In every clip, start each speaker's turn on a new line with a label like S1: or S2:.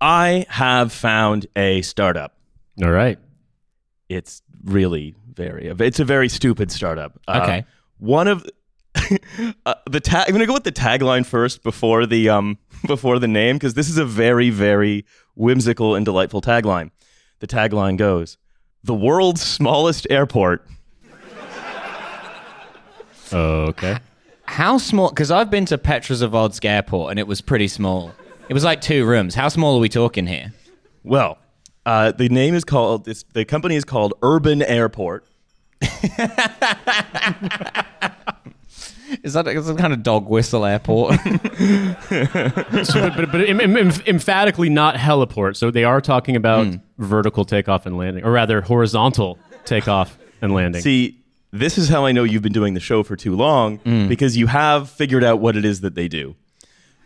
S1: I have found a startup.
S2: All right.
S1: It's really very. It's a very stupid startup. Uh,
S2: Okay.
S1: one of uh, the tag. I'm gonna go with the tagline first before the um before the name because this is a very very whimsical and delightful tagline. The tagline goes, "The world's smallest airport."
S2: Oh, Okay.
S3: How small? Because I've been to Petrozavodsk Airport and it was pretty small. It was like two rooms. How small are we talking here?
S1: Well, uh, the name is called. It's, the company is called Urban Airport.
S3: Is that is that kind of dog whistle airport?
S2: So, but but, but em- em- em- emphatically not heliport. So they are talking about
S3: Hmm.
S2: vertical takeoff and landing, or rather horizontal takeoff and landing.
S1: See, this is how I know you've been doing the show for too long because you have figured out what it is that they do.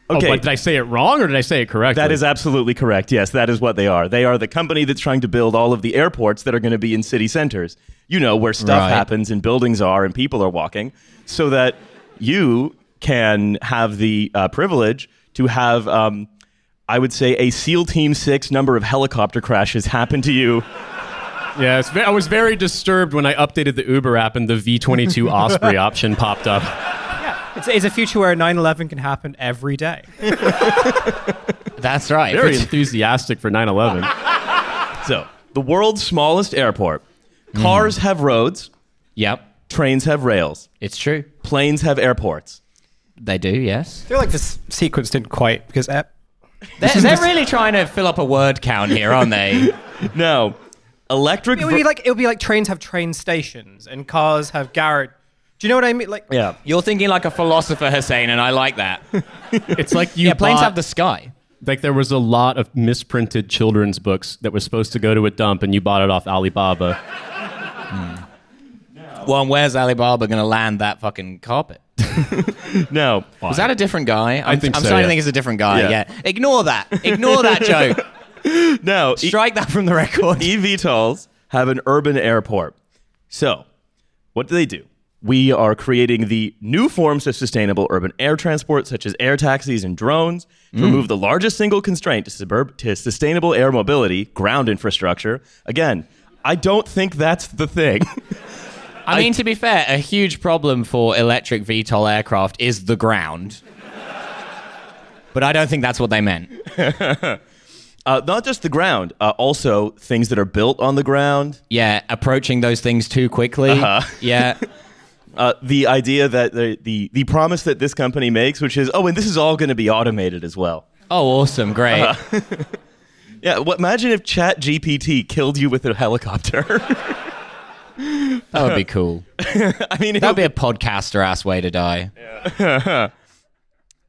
S2: Oh,
S1: Okay,
S2: but did I say it wrong or did I say it correctly?
S1: that is absolutely correct. Yes, that is what they are. They are the company that's trying to build all of the airports that are going to be in city centers, you know, where stuff
S3: Right.
S1: happens and buildings are and people are walking, so that you can have the uh, privilege to have. Um, I would say a SEAL Team 6 number of helicopter crashes happen to you
S2: Yes, ve- I was very disturbed when I updated the Uber app and the V22 Osprey option popped up.
S4: It's, it's a future where 9 11 can happen every day.
S3: That's right.
S2: Very enthusiastic for 9/11.
S1: So, the world's smallest airport. Cars have roads,
S3: yep,
S1: trains have rails,
S3: it's true.
S1: planes have airports.
S3: They do. Yes.
S4: I feel like this sequence didn't quite because uh,
S3: They're, they're really trying to fill up a word count here, aren't they?
S1: No, electric.
S4: it would be
S1: ver-
S4: like it would be like trains have train stations and cars have garage. Do you know what I mean? Like
S1: yeah.
S3: You're thinking like a philosopher, Hussein, and I like that.
S2: It's like you
S3: yeah, planes
S2: bought-
S3: have the sky.
S2: like there was a lot of misprinted children's books that was supposed to go to a dump and you bought it off Alibaba.
S3: Well, and where's Alibaba going to land that fucking carpet?
S1: No.
S3: Was that a different guy? I'm,
S2: think
S3: I'm
S2: so,
S3: starting
S2: yeah.
S3: to think it's a different guy.
S1: Yeah.
S3: Yeah. Ignore that. Ignore that joke.
S1: No. E-
S3: Strike that from the record.
S1: EVTOLs E have an urban airport. So, what do they do? We are creating the new forms of sustainable urban air transport, such as air taxis and drones, to remove the largest single constraint to, suburb- to sustainable air mobility, ground infrastructure. Again, I don't think that's the thing.
S3: I mean, to be fair, a huge problem for electric VTOL aircraft is the ground. But I don't think that's what they meant.
S1: Uh, not just the ground, uh, also things that are built on the ground.
S3: Yeah, approaching those things too quickly. Yeah.
S1: Uh, the idea that the, the the promise that this company makes, which is, oh, and this is all going to be automated as well.
S3: Oh, awesome. Great.
S1: Yeah, well, imagine if Chat GPT killed you with a helicopter.
S3: That would be cool.
S1: I mean,
S3: That would be a podcaster ass way to die.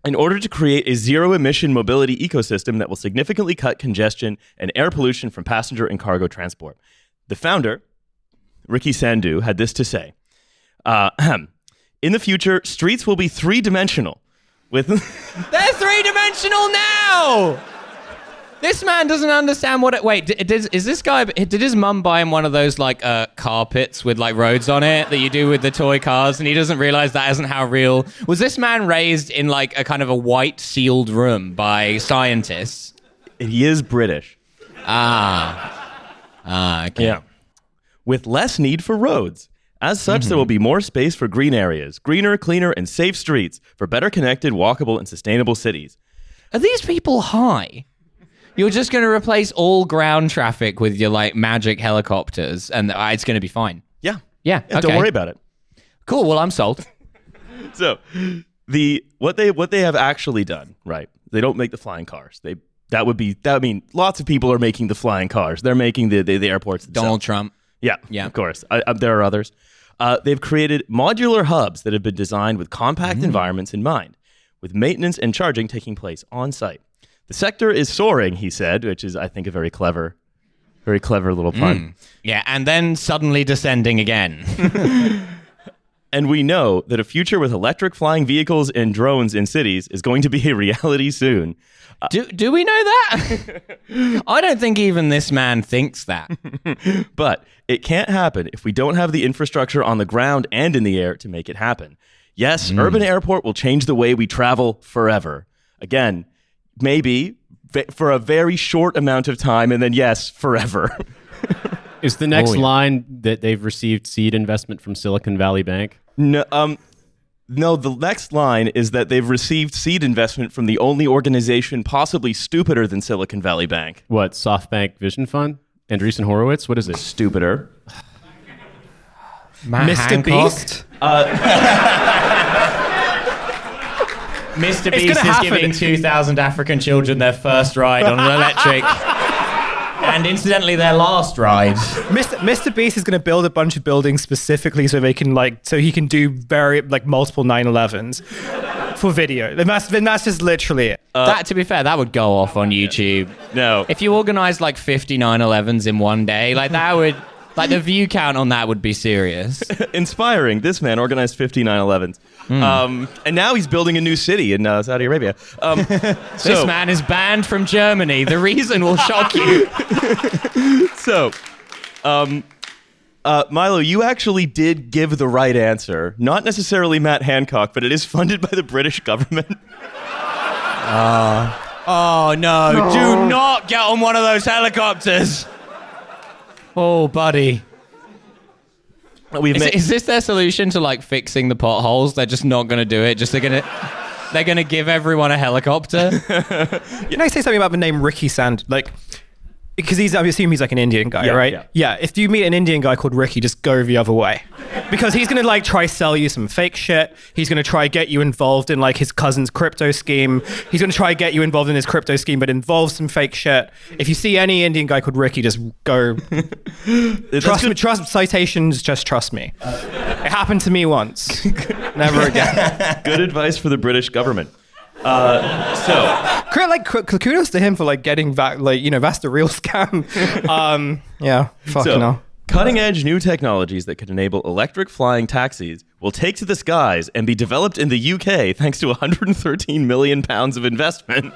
S1: in order to create a zero emission mobility ecosystem that will significantly cut congestion and air pollution from passenger and cargo transport. The founder, Ricky Sandu, had this to say uh, ahem. In the future, streets will be three dimensional. With
S3: They're three dimensional now. This man doesn't understand what it. Wait, did, did, is this guy? Did his mum buy him one of those like uh, carpets with like roads on it that you do with the toy cars, and he doesn't realize that isn't how real? Was this man raised in like a kind of a white sealed room by scientists?
S1: he is British.
S3: Ah, okay.
S1: With less need for roads. As such, there will be more space for green areas, greener, cleaner, and safe streets for better connected, walkable, and sustainable cities.
S3: Are these people high? You're just going to replace all ground traffic with your like magic helicopters, and uh, it's going to be fine.
S1: Yeah.
S3: Yeah,
S1: Don't
S3: okay.
S1: worry about it.
S3: Cool. Well, I'm sold.
S1: So the what they what they have actually done, right? They don't make the flying cars. They that would be that I mean lots of people are making the flying cars. They're making the the, the airports. themselves.
S3: Donald Trump.
S1: Yeah,
S3: Yeah.
S1: of course. I, I, there are others. Uh, they've created modular hubs that have been designed with compact environments in mind, with maintenance and charging taking place on site. The sector is soaring, he said, which is, I think, a very clever, very clever little pun.
S3: Yeah, and then suddenly descending again.
S1: And we know that a future with electric flying vehicles and drones in cities is going to be a reality soon.
S3: Do do we know that? I don't think even this man thinks that.
S1: But it can't happen if we don't have the infrastructure on the ground and in the air to make it happen. Yes, urban airport will change the way we travel forever. Again, maybe ve- for a very short amount of time, and then yes, forever.
S2: Is the next
S3: Oh, yeah.
S2: line that they've received seed investment from Silicon Valley Bank?
S1: No, um, no. The next line is that they've received seed investment from the only organization possibly stupider than Silicon Valley Bank.
S2: What, SoftBank Vision Fund? Andreessen Horowitz? What is it?
S1: Stupider.
S3: Matt
S4: Mr.
S3: Hancock?
S4: Beast.
S3: Mr.
S2: gonna
S3: Beast is
S2: happen.
S3: giving 2,000 African children their first ride on an electric. and incidentally, their last ride.
S4: Mr. Mr. Beast is going to build a bunch of buildings specifically so they can like so he can do very like multiple 911s for video. Then that's then that's just literally it.
S3: that, to be fair, that would go off on YouTube.
S1: No.
S3: If you organized like 59 11s in one day, like that would, like the view count on that would be serious.
S1: inspiring. This man organized 5911s.
S3: Hmm.
S1: Um, and now he's building a new city in uh, Saudi Arabia. Um,
S3: this
S1: so,
S3: man is banned from Germany. The reason will shock you.
S1: so, um, uh, Milo, you actually did give the right answer. Not necessarily Matt Hancock, but it is funded by the British government.
S3: Oh no, do not get on one of those helicopters. Oh, buddy.
S1: We've
S3: Is,
S1: made,
S3: is this their solution to like fixing the potholes? They're just not going to do it. Just they're going to they're going to give everyone a helicopter.
S4: Can I say something about the name Ricky Sand? Like, because he's, I assume he's like an Indian guy,
S1: Yeah,
S4: right?
S1: yeah.
S4: Yeah. If you meet an Indian guy called Ricky, just go the other way. Because he's going to like try sell you some fake shit. He's going to try get you involved in like his cousin's crypto scheme. He's going to try get you involved in his crypto scheme, but involve some fake shit. If you see any Indian guy called Ricky, just go.
S1: that's
S4: trust me,
S1: good- Uh,
S4: trust citations, just trust me. it happened to me once. Never again.
S1: good advice for the British government. Uh, so,
S4: Cr- like k- kudos to him for like getting that like you know that's the real scam um yeah fucking
S1: so
S4: hell.
S1: cutting edge new technologies that could enable electric flying taxis will take to the skies and be developed in the UK thanks to 113 million pounds of investment,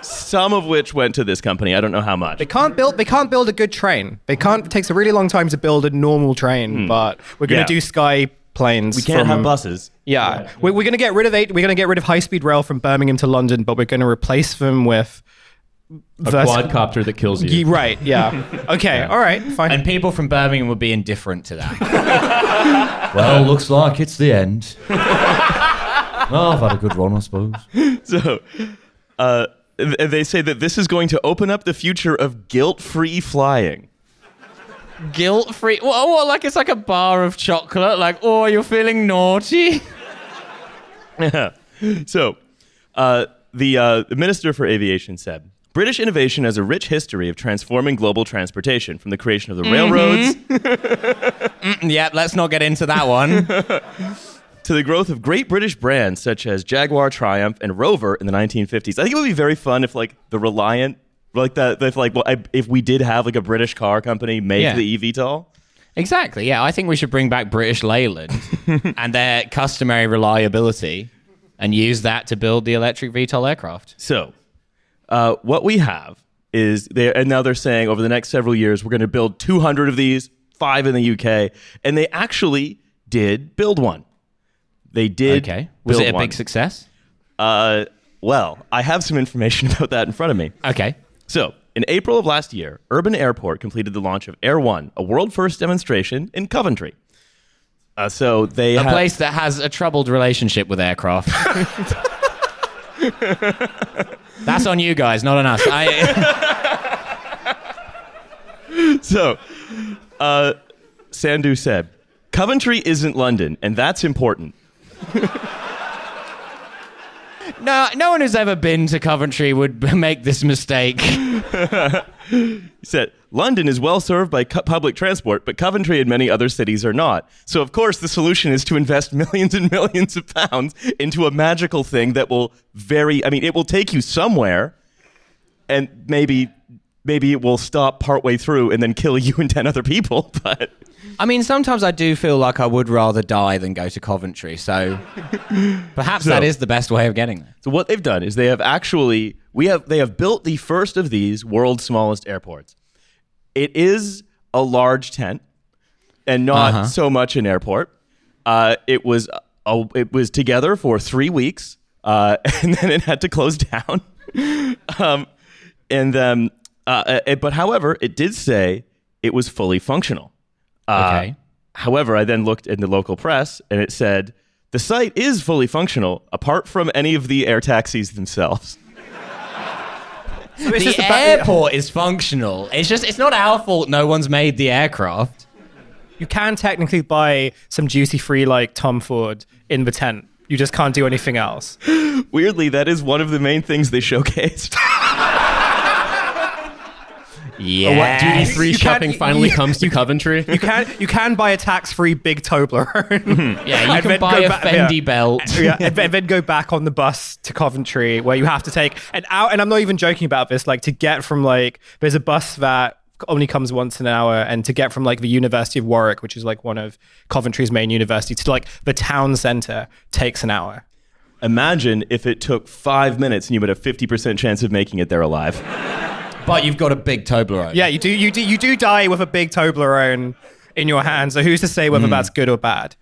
S1: some of which went to this company. I don't know how much.
S4: They can't build. They can't build a good train. They can't. It takes a really long time to build a normal train. But we're gonna
S1: Hmm. Yeah.
S4: do sky planes.
S1: We can't
S4: from-
S1: have buses.
S4: Yeah, We're, we're gonna get rid of eight. We're gonna get rid of high speed rail from Birmingham to London, but we're gonna replace them with
S2: A
S4: vers-
S2: quadcopter that kills you.
S4: Ye- Right. Yeah. Okay. All right. Fine.
S3: and people from Birmingham would be indifferent to that. well, looks like it's the end. oh, I've had a good run, I suppose.
S1: So, uh, th- they say that this is going to open up the future of guilt-free flying.
S3: Guilt free. What, what? Like it's like a bar of chocolate. Like, oh, you're feeling naughty.
S1: So, uh, the, uh, the Minister for Aviation said British innovation has a rich history of transforming global transportation from the creation of the railroads
S3: Yep. Let's not get into that one.
S1: to the growth of great British brands such as Jaguar, Triumph, and Rover in the 1950s. I think it would be very fun if, like, the Reliant, like, that, if, like, well, I, if we did have, like, a British car company make
S3: Yeah.
S1: the E EVTOL.
S3: Exactly. Yeah, I think we should bring back British Leyland and their customary reliability and use that to build the electric VTOL aircraft.
S1: So, uh, what we have is they and now they're saying over the next several years we're going to build 200 of these, five in the UK, and they actually did build one. They did.
S3: Okay. Was
S1: build
S3: it a
S1: one.
S3: big success?
S1: Uh, well, I have some information about that in front of me.
S3: Okay.
S1: So, in April of last year, Urban Airport completed the launch of Air One, a world first demonstration in Coventry. Uh, so they
S3: A
S1: ha-
S3: place that has a troubled relationship with aircraft. That's on you guys, not on us. I,
S1: So, uh, Sandu said, Coventry isn't London, and that's important.
S3: no, no one who's ever been to Coventry would b- make this mistake.
S1: He said, London is well served by cu- public transport, but Coventry and many other cities are not. So, of course, the solution is to invest millions and millions of pounds into a magical thing that will very, I mean, it will take you somewhere, and maybe. Maybe it will stop partway through and then kill you and 10 other people, but
S3: I mean, sometimes I do feel like I would rather die than go to Coventry, so perhaps that is the best way of getting there.
S1: So what they've done is they have actually we have they have built the first of these world's smallest airports. It is a large tent and not
S3: Uh-huh.
S1: so much an airport. Uh, it was a, it was together for three weeks uh, and then it had to close down. um, And um, uh, uh, but however, it did say it was fully functional. Uh,
S3: Okay.
S1: However, I then looked in the local press and it said the site is fully functional apart from any of the air taxis themselves.
S4: It's
S3: the
S4: just the fact-
S3: airport is functional. It's just it's not our fault. No one's made the aircraft.
S4: You can technically buy some duty free like Tom Ford in the tent. You just can't do anything else.
S1: Weirdly, that is one of the main things they showcased.
S3: Yeah.
S2: What duty free
S4: You can't- e-
S2: shopping finally
S4: you-
S2: comes to Coventry?
S4: You can you can buy a tax free big Toblerone.
S3: Mm-hmm. Yeah, you
S4: And
S3: can
S4: then
S3: buy
S4: go
S3: a
S4: back-
S3: Fendi
S4: yeah.
S3: belt.
S4: yeah, and, and then go back on the bus to Coventry, where you have to take an hour. And I'm not even joking about this. Like to get from like, there's a bus that only comes once an hour, and to get from like the University of Warwick, which is like one of Coventry's main universities, to like the town centre takes an hour.
S1: Imagine if it took five minutes and you had a 50% chance of making it there alive.
S3: But you've got a big Toblerone.
S4: Yeah, you
S3: Mm.
S4: do you do you do die with a big Toblerone in your hand. So who's to say whether that's good or bad?